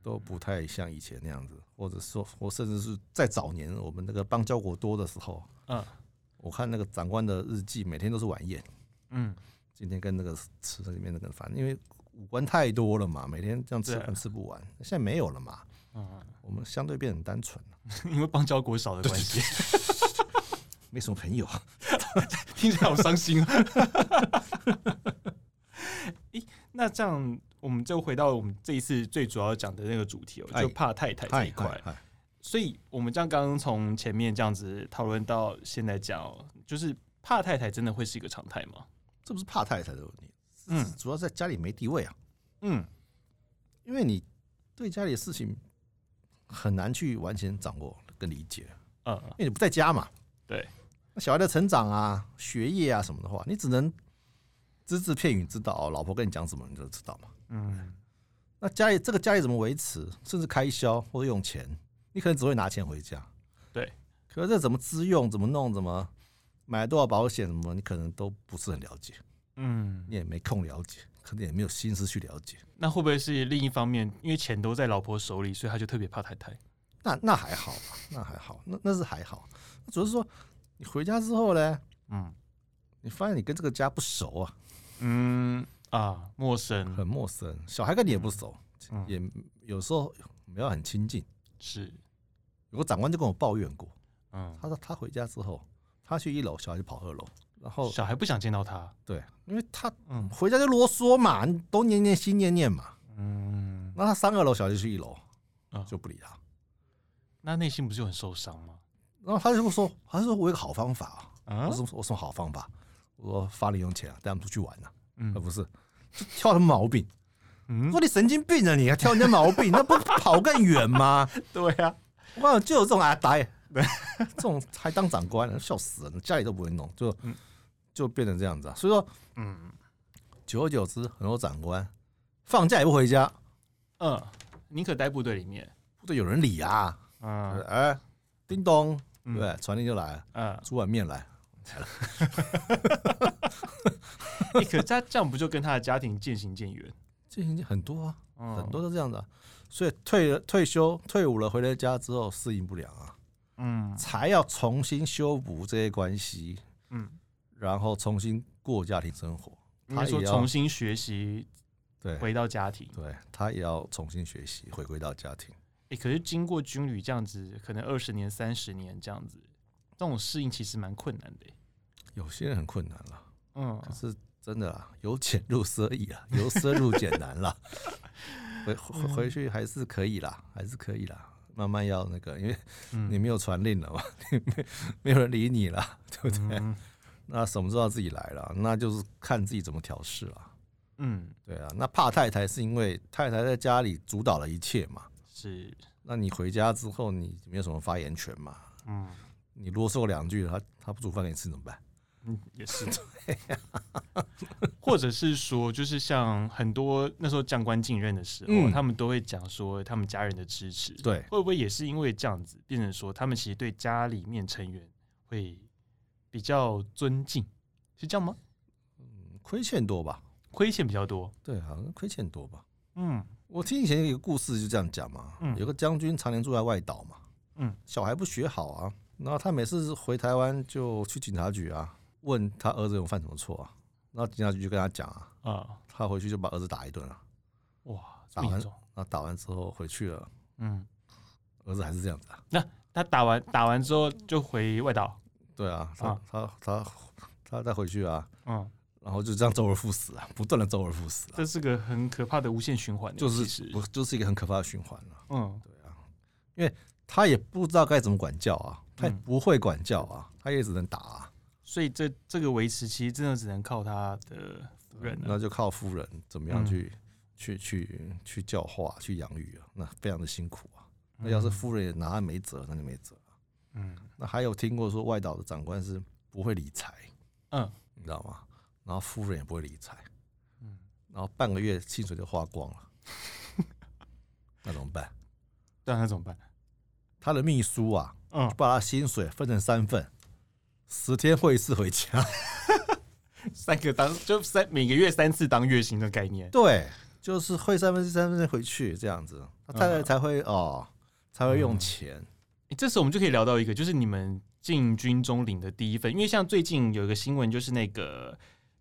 A: 都不太像以前那样子，或者说，我甚至是在早年我们那个邦交国多的时候，
B: 嗯
A: 我看那个长官的日记，每天都是晚宴。
B: 嗯，
A: 今天跟那个吃那里面那个饭，因为五官太多了嘛，每天这样吃
B: 对啊
A: 饭吃不完。现在没有了嘛，
B: 嗯，
A: 我们相对变得很单纯了，
B: 因为邦交国少的关系，
A: 没什么朋友。
B: 听起来好伤心啊。 诶，那这样我们就回到我们这一次最主要讲的那个主题哦，
A: 哎
B: 就怕太太这一块。
A: 嗨，
B: 所以我们这样刚刚从前面这样子讨论到现在讲哦，就是怕太太真的会是一个常态吗？
A: 这不是怕太太的问题，
B: 嗯
A: 主要在家里没地位啊，
B: 嗯
A: 因为你对家里的事情很难去完全掌握跟理解，
B: 嗯
A: 因为你不在家嘛。
B: 对，
A: 那小孩的成长啊、学业啊什么的话，你只能只字片语知道哦，老婆跟你讲什么你就知道嘛。
B: 嗯
A: 那家里这个家里怎么维持，甚至开销或者用钱，你可能只会拿钱回家。
B: 对，
A: 可是这怎么支用、怎么弄、怎么买多少保险什么，你可能都不是很了解，
B: 嗯，
A: 你也没空了解，可能也没有心思去了解。
B: 那会不会是另一方面，因为钱都在老婆手里，所以他就特别怕太太？
A: 那那还好吧，那还好，那那是还好。主要是说你回家之后呢，
B: 嗯
A: 你发现你跟这个家不熟啊，
B: 嗯啊，陌生
A: 很陌生，小孩跟你也不熟，
B: 嗯
A: 也有时候没有很亲近。
B: 是
A: 有个长官就跟我抱怨过，
B: 嗯，
A: 他说他回家之后，他去一楼，小孩就跑二楼，然后
B: 小孩不想见到他，
A: 对，因为他
B: 嗯
A: 回家就啰嗦嘛，你东念念西念念嘛。
B: 嗯，
A: 那他三二楼小就去一楼
B: 嗯，
A: 就不理他。
B: 那内心不是就很受伤吗？
A: 然后他就说：“他说我有个好方法啊，
B: 啊
A: 我说我说好方法，我说发零用钱啊，带他们出去玩呐、啊。”
B: 嗯
A: 而不是就挑什么毛病？我
B: 嗯，
A: 说你神经病啊！你还挑人家毛病，那不 跑更远吗？
B: 对呀、啊，
A: 我告诉你就有这种阿呆，这种还当长官，笑死人，家里都不会弄，就
B: 嗯
A: 就变成这样子啊。所以说，
B: 嗯
A: 久而久之，很多长官放假也不回家，
B: 嗯，宁可待部队里面，
A: 不对，有人理啊。
B: 嗯
A: 哎、叮咚，对
B: 嗯
A: 不对，传令就来了，
B: 嗯，
A: 煮碗面来，
B: 欸可是他这样不就跟他的家庭渐行渐远？
A: 这已经很多啊，
B: 嗯
A: 很多都这样的啊、所以退了退休退伍了，回了家之后适应不良啊，
B: 嗯
A: 才要重新修补这些关系，
B: 嗯，
A: 然后重新过家庭生活。
B: 应该
A: 他
B: 说
A: 也要
B: 重新学习
A: 对
B: 回到家庭。
A: 对，他也要重新学习，回归到家庭。
B: 哎、可是经过军旅这样子，可能二十年、三十年这样子，这种适应其实蛮困难的欸、
A: 有些人很困难了，
B: 嗯
A: 可是真的啦，由浅入奢易啦，由奢入俭难啦。回回
B: 嗯
A: 回去还是可以啦，还是可以啦，慢慢要那个，因为
B: 嗯，
A: 你没有传令了嘛， 你没没有人理你了，对不对？
B: 嗯
A: 那什么时候要自己来了？那就是看自己怎么调试了。
B: 嗯
A: 对啊，那怕太太是因为太太在家里主导了一切嘛，
B: 是
A: 那你回家之后你没有什么发言权嘛，
B: 嗯
A: 你啰嗦两句，她她不煮饭给你吃怎么办？
B: 嗯也 是，啊 或者是说，就是像很多那时候将官进任的时候，
A: 嗯
B: 他们都会讲说他们家人的支持，
A: 对，
B: 会不会也是因为这样子，变成说他们其实对家里面成员会比较尊敬，是这样吗？
A: 嗯亏欠多吧？
B: 亏欠比较多，
A: 对，好像亏欠多吧。
B: 嗯
A: 我听以前有个故事就这样讲嘛，
B: 嗯
A: 有个将军常年住在外岛嘛，
B: 嗯，
A: 小孩不学好啊，然后他每次回台湾就去警察局啊，问他儿子有犯什么错啊，然后警察局就跟他讲啊，
B: 啊、
A: 他回去就把儿子打一顿啊了，
B: 哇，这
A: 打
B: 么
A: 完
B: 严重，
A: 然后打完之后回去了，
B: 嗯，
A: 儿子还是这样子啊，
B: 他打完打完之后就回外岛，
A: 对啊，他、
B: 啊
A: 他他他再回去啊，
B: 嗯，
A: 然后就这样周而复始啊，不断的周而复始啊，
B: 这是个很可怕的无限循环欸，
A: 就
B: 其
A: 是
B: 实
A: 不就是一个很可怕的循环啊。
B: 嗯
A: 他也不知道该怎么管教啊，他也
B: 嗯
A: 不会管教啊，他也只能打啊，
B: 所以这这个维持其实真的只能靠他的夫人啊了、
A: 那就靠夫人怎么样
B: 嗯
A: 去、去去去教化、去养育啊，那非常的辛苦啊。那要是夫人也拿他没辙，那就没辙。
B: 嗯，
A: 那还有听过说外岛的长官是不会理财，
B: 嗯，
A: 你知道吗？然后夫人也不会理财，
B: 嗯，
A: 然后半个月薪水就花光了，那怎么办？
B: 对啊，那怎么办？
A: 他的秘书啊，
B: 嗯
A: 就，把他薪水分成三份，十天汇一次回家。
B: 三个当就三每个月三次当月薪的概念，
A: 对，就是汇三分之一三分之一回去这样子，他太太
B: 嗯
A: 才会、哦，才会用钱。
B: 欸这时候我们就可以聊到一个，就是你们进军中领的第一份，因为像最近有一个新闻，就是那个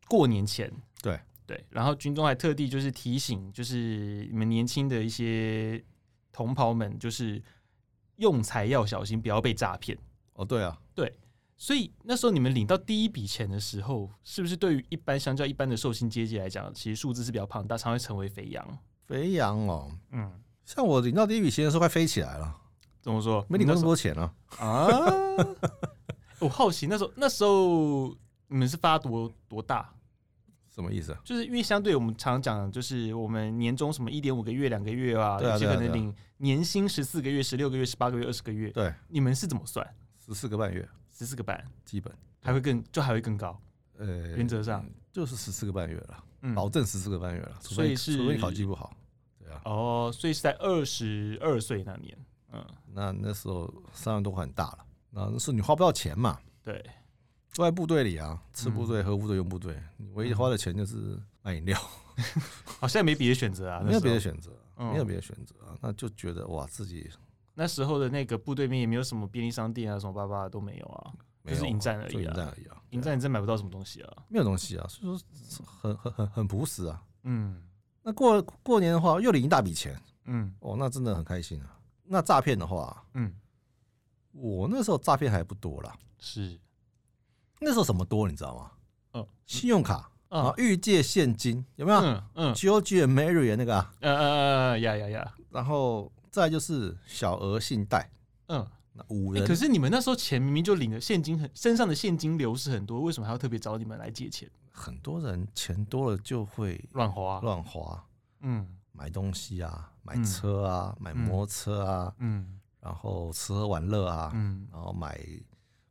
B: 过年前，
A: 对
B: 对，然后军中还特地就是提醒，就是你们年轻的一些同袍们，就是用财要小心，不要被诈骗。
A: 哦，对啊，
B: 所以那时候你们领到第一笔钱的时候，是不是对于一般相较一般的受薪阶级来讲，其实数字是比较庞大，常会成为肥羊？
A: 肥羊哦，
B: 嗯，
A: 像我领到第一笔钱的时候快飞起来了，
B: 怎么说？
A: 没领过那么多
B: 过
A: 钱啊。
B: 啊？ 我好奇那时候那时候你们是发多多大？
A: 什么意思啊？
B: 就是因为相对我们常讲，就是我们年终什么一点五个月、两个月啊，
A: 对啊
B: 有些
A: 对啊
B: 可
A: 对
B: 能
A: 啊
B: 领年薪十四个月、十六个月、十八个月、二十个月，
A: 对，
B: 你们是怎么算？
A: 十四个半月
B: 十四个半
A: 基本，
B: 还会更就还会更高，
A: 呃，
B: 原则上，
A: 就是十四个半月了，
B: 嗯，
A: 保证十四个半月了，除非
B: 所以
A: 你
B: 是
A: 除非你考绩不好。对啊，
B: 哦，所以是在二十二岁那年，嗯，
A: 那那时候三万多块很大了，那那时候你花不到钱嘛，
B: 对，嗯
A: 都在部队里啊，吃部队、喝部队、用部队，你唯一花的钱就是买饮料，
B: 好哦像没别的选择啊，
A: 没有别的
B: 选，
A: 选择，
B: 嗯
A: 没有别的选择啊，那就觉得哇，自己
B: 那时候的那个部队里面也没有什么便利商店啊，什么巴巴的都没有啊，
A: 没有
B: 就是迎战而已啊
A: 就迎战而已啊，对
B: 营
A: 啊
B: 站你真买不到什么东西啊，
A: 没有东西啊，所以说很很很很朴实啊。
B: 嗯
A: 那过过年的话，又领一大笔钱，
B: 嗯
A: 哦，那真的很开心啊。那诈骗的话，
B: 嗯，
A: 我那时候诈骗还不多啦，
B: 是，
A: 那时候什么多你知道吗？
B: 嗯
A: 信用卡啊
B: 啊，，
A: 预借现金有没有
B: 嗯嗯
A: ？George and Mary 那个啊，
B: 呃呃呃呀呀呀，
A: 然后再来就是小额信贷，
B: 嗯。
A: 那五
B: 欸
A: 人
B: 可是你们那时候钱明明就领了现金很，身上的现金流失很多，为什么还要特别找你们来借钱
A: 很多人钱多了就会
B: 乱花？啊
A: 乱花，
B: 嗯
A: 买东西啊，买
B: 嗯
A: 车啊，买摩托车啊，
B: 嗯
A: 然后吃喝玩乐啊，
B: 嗯，
A: 然后买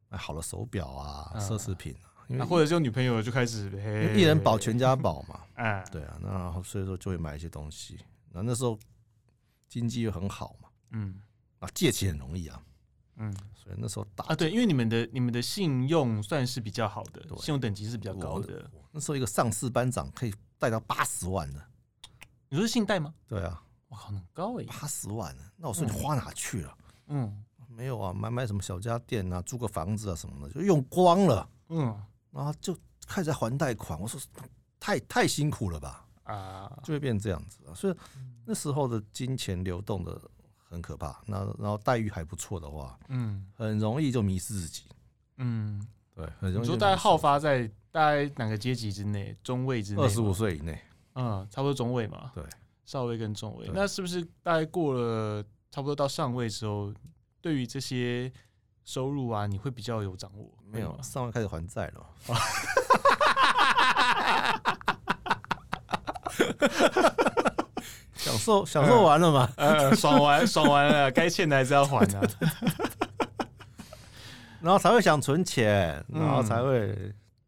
A: 买好的手表啊，
B: 嗯
A: 奢侈品啊，因
B: 啊
A: 为
B: 或者就女朋友就开始
A: 因为一人保全家
B: 家，
A: 保嘛，
B: 哎，
A: 对啊，那然后所以说就会买一些东西，那那时候经济又很好嘛，
B: 嗯
A: 啊，借钱很容易啊，
B: 嗯
A: 所以那时候打
B: 啊，对，因为你们的你们的信用算是比较好的，
A: 对
B: 信用等级是比较高
A: 我
B: 的。
A: 那时候一个上士班长可以贷到八十万的，
B: 你说是信贷吗？
A: 对啊，
B: 我靠，很高哎、
A: 八十万呢，那我说你
B: 嗯
A: 花哪去了？
B: 嗯
A: 没有啊，买买什么小家电啊，租个房子啊什么的，就用光了，
B: 嗯
A: 然后就开始在还贷款。我说太太辛苦了吧，
B: 啊，
A: 就会变这样子啊。所以那时候的金钱流动的很可怕，那然后待遇还不错的话，
B: 嗯
A: 很容易就迷失自己。
B: 嗯，
A: 对，很容
B: 你
A: 易。
B: 说大概好发在大概哪个阶级之内？中位之内吗？
A: 二十五岁以内，
B: 嗯，差不多中位嘛，
A: 对，
B: 少尉跟中尉，
A: 对
B: 那是不是大概过了差不多到上位之后，对于这些收入啊，你会比较有掌握？
A: 没
B: 会
A: 有啊
B: 吗
A: 上完开始还债 了。享受
B: 嗯
A: 享受完了嘛？
B: 呃，爽完爽完了，该欠的还是要还啊的、
A: 然后才会想存钱，
B: 嗯
A: 然后才会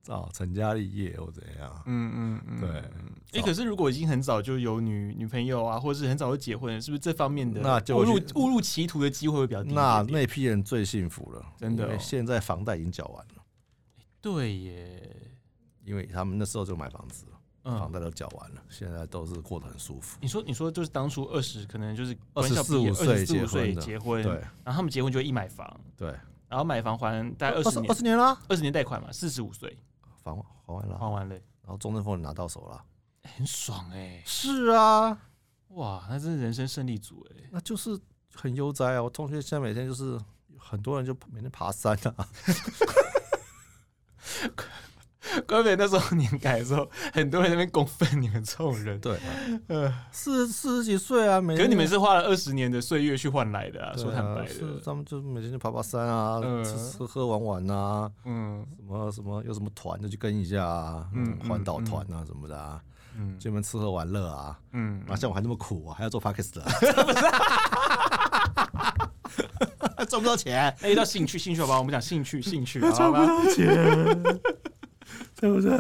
A: 哦成家立业或怎样。
B: 嗯嗯嗯，
A: 对
B: 哎、可是如果已经很早就有女女朋友啊，或是很早就结婚了，是不是这方面的
A: 那就
B: 误入
A: 去
B: 误入歧途的机会会比较低一
A: 那
B: 点点？
A: 那批人最幸福了，
B: 嗯真的哦
A: 因为现在房贷已经缴完了，
B: 对耶，
A: 因为他们那时候就买房子了，房
B: 嗯，
A: 贷都缴完了，现在都是过得很舒服。
B: 你说你说就是当初二十，可能就是
A: 24
B: 五
A: 岁
B: 四五
A: 结婚
B: 岁
A: 的
B: 结婚，
A: 对
B: 然后他们结婚就会一买房，
A: 对，
B: 然后买房还大概二十啊
A: 二
B: 年，
A: 十年啦，
B: 二十年贷款嘛，四十五岁
A: 房还完了，
B: 还完了、
A: 然后中正风也拿到手了。
B: 欸很爽哎、
A: 是啊，
B: 哇，那真是人生胜利组哎、
A: 那就是 很悠哉啊！我同学现在每天就是很多人就每天爬山啊，
B: 关北那时候年改的时候，很多人在那边公愤你们这种人，
A: 对，
B: 呃，
A: 四四十几岁啊，每
B: 可
A: 天
B: 是你们是花了二十年的岁月去换来的、啊，
A: 对啊
B: 说坦白
A: 是
B: 的，
A: 他们就每天就爬爬山啊，
B: 嗯
A: 吃吃喝玩玩啊，
B: 嗯
A: 什么什么有什么团就去跟一下啊，
B: 嗯
A: 什么环岛
B: 嗯嗯
A: 团啊什么的啊，
B: 嗯
A: 专门吃喝玩乐啊，
B: 嗯
A: 哪像我还那么苦啊，还要做 p a c k e t 啊， 赚不到钱，
B: 哎，到兴趣，兴趣好吧，我们讲兴趣，兴趣好
A: 赚不
B: 吧。
A: 到钱，对 不对？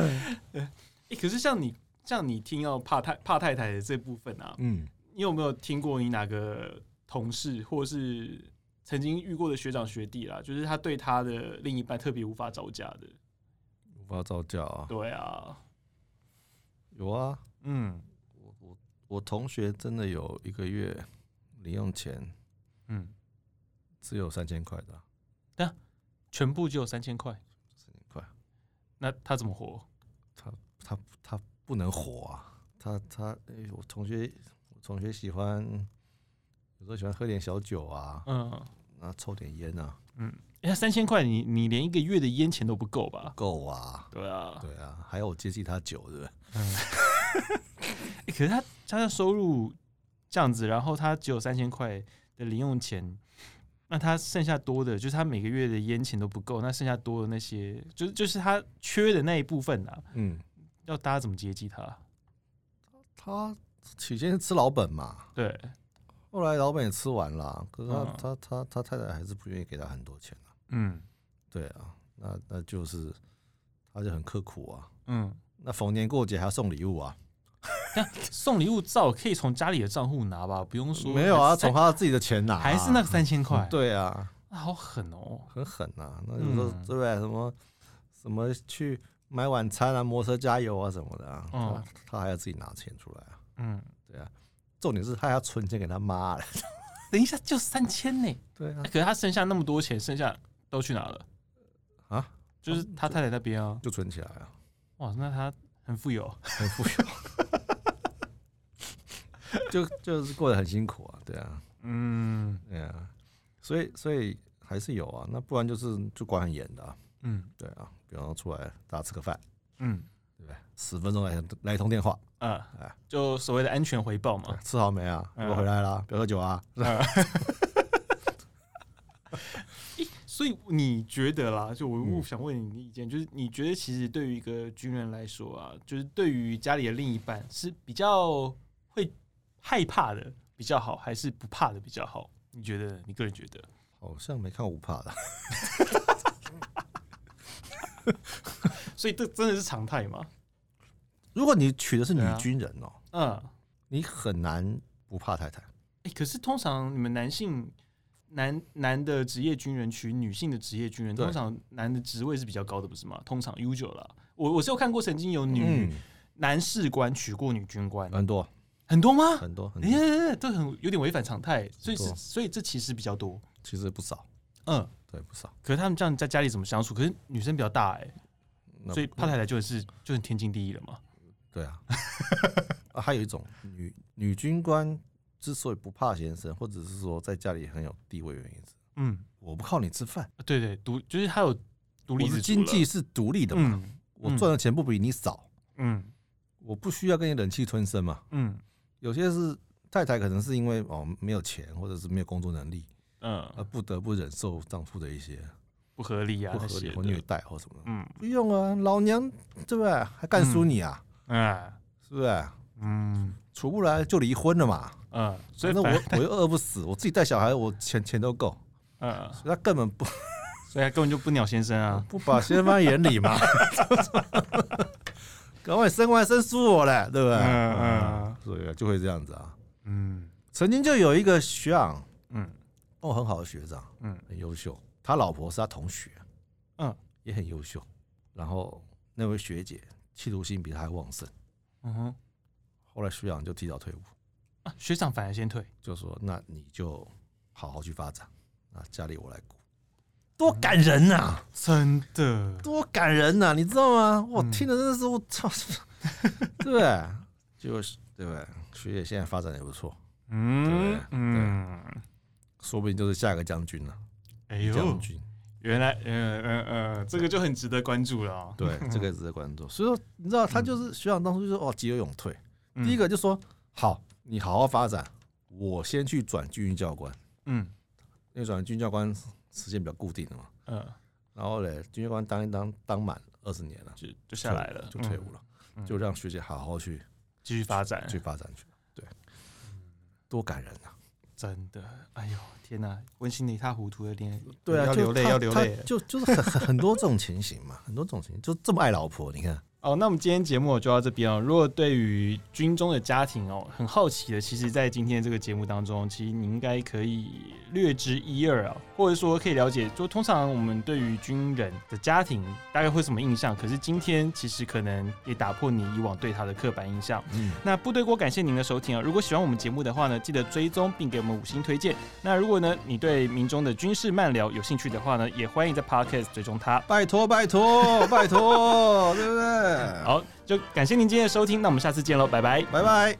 B: 哎，可是像你，像你听到怕太怕太太的这部分啊，
A: 嗯，
B: 你有没有听过你哪个同事或是曾经遇过的学长学弟啦？就是他对他的另一半特别无法招架的。
A: 无法招架啊，
B: 对啊，
A: 有啊，
B: 嗯
A: 我我我同学真的有一个月零用钱
B: 嗯，
A: 只有三千块的啊，
B: 全部只有三千块，
A: 三千块。
B: 那他怎么活？
A: 他他不能火啊，他他，诶我同学我同学喜欢，有时候喜欢喝点小酒啊，
B: 嗯，
A: 然后抽点烟啊，
B: 哎、三千块你你连一个月的烟钱都不够吧？
A: 够啊，
B: 对啊，
A: 对啊，还有我接济他酒对不对？
B: 欸可是他他的收入这样子，然后他只有三千块的零用钱，那他剩下多的，就是他每个月的烟钱都不够，那剩下多的那些，就是就是他缺的那一部分啊，
A: 嗯，
B: 要大家怎么接济他？啊
A: 他起先是吃老本嘛，
B: 对，
A: 后来老本也吃完了，可是他、
B: 嗯
A: 他他他太太还是不愿意给他很多钱啊，
B: 嗯
A: 对啊，那那就是他就很刻苦啊，
B: 嗯，
A: 那逢年过节还要送礼物啊，
B: 送礼物照可以从家里的账户拿吧，不用说
A: 没有啊，
B: 三
A: 从他自己的钱拿啊、
B: 还是那个三千块，
A: 对啊，
B: 啊好狠哦，
A: 很狠啊！那有时候
B: 嗯
A: 对不对？什么什么去买晚餐啊、摩托车加油啊什么的啊，
B: 嗯
A: 他他还要自己拿钱出来啊。
B: 嗯，
A: 对啊，重点是他还要存钱给他妈了。
B: 等一下就三千呢，
A: 对啊
B: 欸，可是他剩下那么多钱，剩下都去哪了？
A: 啊，
B: 就是他太太那边啊。
A: 就存起来啊，
B: 哇，那他很富有。
A: 很富有，就就是过得很辛苦啊。对啊，
B: 嗯
A: 对啊，所以所以还是有啊。那不然就是就管很严的、啊。
B: 嗯
A: 对啊，比方说出来大家吃个饭，
B: 嗯
A: 对不对？十分钟来来一通电话，哎
B: 啊，就所谓的安全回报嘛。
A: 吃好没啊？
B: 嗯
A: 我回来啦，不要喝酒啊。
B: 啊诶所以你觉得啦，就我我
A: 嗯
B: 想问你的意见，就是你觉得其实对于一个军人来说啊，就是对于家里的另一半是比较会害怕的比较好，还是不怕的比较好？你觉得？你个人觉得？
A: 好像没看过五帕的，
B: 所以这真的是常态吗？
A: 如果你娶的是女
B: 对啊
A: 军人哦、
B: 嗯，
A: 你很难不怕太太。
B: 哎、可是通常你们男性男男的职业军人娶女性的职业军人，
A: 对
B: 通常男的职位是比较高的，不是吗？通常 usual 啦，我我是有看过曾经有女、
A: 嗯，
B: 男士官娶过女军官，
A: 很多
B: 很多吗？
A: 很多很
B: 哎、
A: 多，
B: 欸，这很有点违反常态，所以
A: 很
B: 是
A: 多
B: 所以这其实比较多。
A: 其实不少，
B: 嗯，
A: 对不少。
B: 可是他们这样在家里怎么相处？可是女生比较大哎、
A: 那
B: 所以怕太太就是就是天经地义了嘛。
A: 对啊 啊，还有一种女女军官之所以不怕先生，或者是说在家里很有地位，原因是
B: 嗯，
A: 我不靠你吃饭，
B: 对对，独就是他有独
A: 我
B: 立
A: 的
B: 自主
A: 经济
B: 了
A: 是独立的嘛，
B: 嗯
A: 我赚的钱不比你少，
B: 嗯
A: 我不需要跟你忍气吞声嘛。
B: 嗯
A: 有些是太太可能是因为哦没有钱，或者是没有工作能力，而
B: 嗯，
A: 不得不忍受丈夫的一些
B: 不合理啊，
A: 不合理
B: 那些
A: 或
B: 的
A: 虐待或什么的。
B: 嗯
A: 不用啊，老娘对不对？还干输你啊，
B: 啊，
A: 是不是？
B: 嗯
A: 处不来就离婚了嘛。
B: 嗯，所以
A: 反正
B: 反
A: 我我又饿不死，我自己带小孩，我钱钱都够，
B: 嗯，
A: 所以他根本不，
B: 所以他根本就不鸟先生啊
A: 不把先生放在眼里 嘛。赶快生完生输我嘞，对不对？
B: 嗯嗯
A: 嗯，所以就会这样子啊。
B: 嗯
A: 曾经就有一个学长，
B: 嗯
A: 哦，很好的学长，
B: 嗯
A: 很优秀，他老婆是他同学，
B: 嗯，
A: 也很优秀。然后那位学姐企图心比他还旺盛，
B: 嗯哼，
A: 后来学长就提早退伍。
B: 啊，学长反而先退，
A: 就说那你就好好去发展，啊，家里我来顾，多感人呐、
B: 啊真的，
A: 多感人呐、啊你知道吗？我
B: 嗯
A: 听的真的是我操，对不对，就是对不对？学姐现在发展也不错，
B: 嗯
A: 对
B: 嗯，
A: 说不定就是下一个将军了、啊
B: 哎
A: 将
B: 呦，
A: 军
B: 原来，呃呃呃，这个就很值得关注了、哦。
A: 对，这个值得关注。所以说，你知道他就是学长当初就说哦，急流勇退。
B: 嗯
A: 第一，个就说好，你好好发展，我先去转军训教官，
B: 嗯
A: 因为转军训教官时间比较固定的嘛。
B: 呃，
A: 然后嘞，军训教官当一当当满二十年了，
B: 就就下来了，
A: 就退
B: 嗯
A: 伍了，
B: 嗯
A: 就让学姐好好去
B: 继续发展。
A: 去发展去。对，嗯多感人啊！
B: 真的，哎呦，天哪，温馨的一塌糊涂的恋，
A: 对啊，
B: 要
A: 就
B: 流泪，
A: 他
B: 要流
A: 他
B: 泪。
A: 就就是很很很多这种情形嘛，很多这种情形，就这么爱老婆，你看，
B: 哦，那我们今天节目就到这边哦。如果对于军中的家庭哦很好奇的，其实，在今天这个节目当中，其实你应该可以略知一二啊、或者说可以了解，就通常我们对于军人的家庭大概会什么印象。可是今天其实可能也打破你以往对他的刻板印象。
A: 嗯，
B: 那部队锅感谢您的收听啊！如果喜欢我们节目的话呢，记得追踪并给我们五星推荐。那如果呢你对民中的军事漫聊有兴趣的话呢，也欢迎在 Podcast 追踪它。
A: 拜托拜托拜托，对不对？，
B: 好，就感谢您今天的收听，那我们下次见喽，拜拜。
A: 拜拜。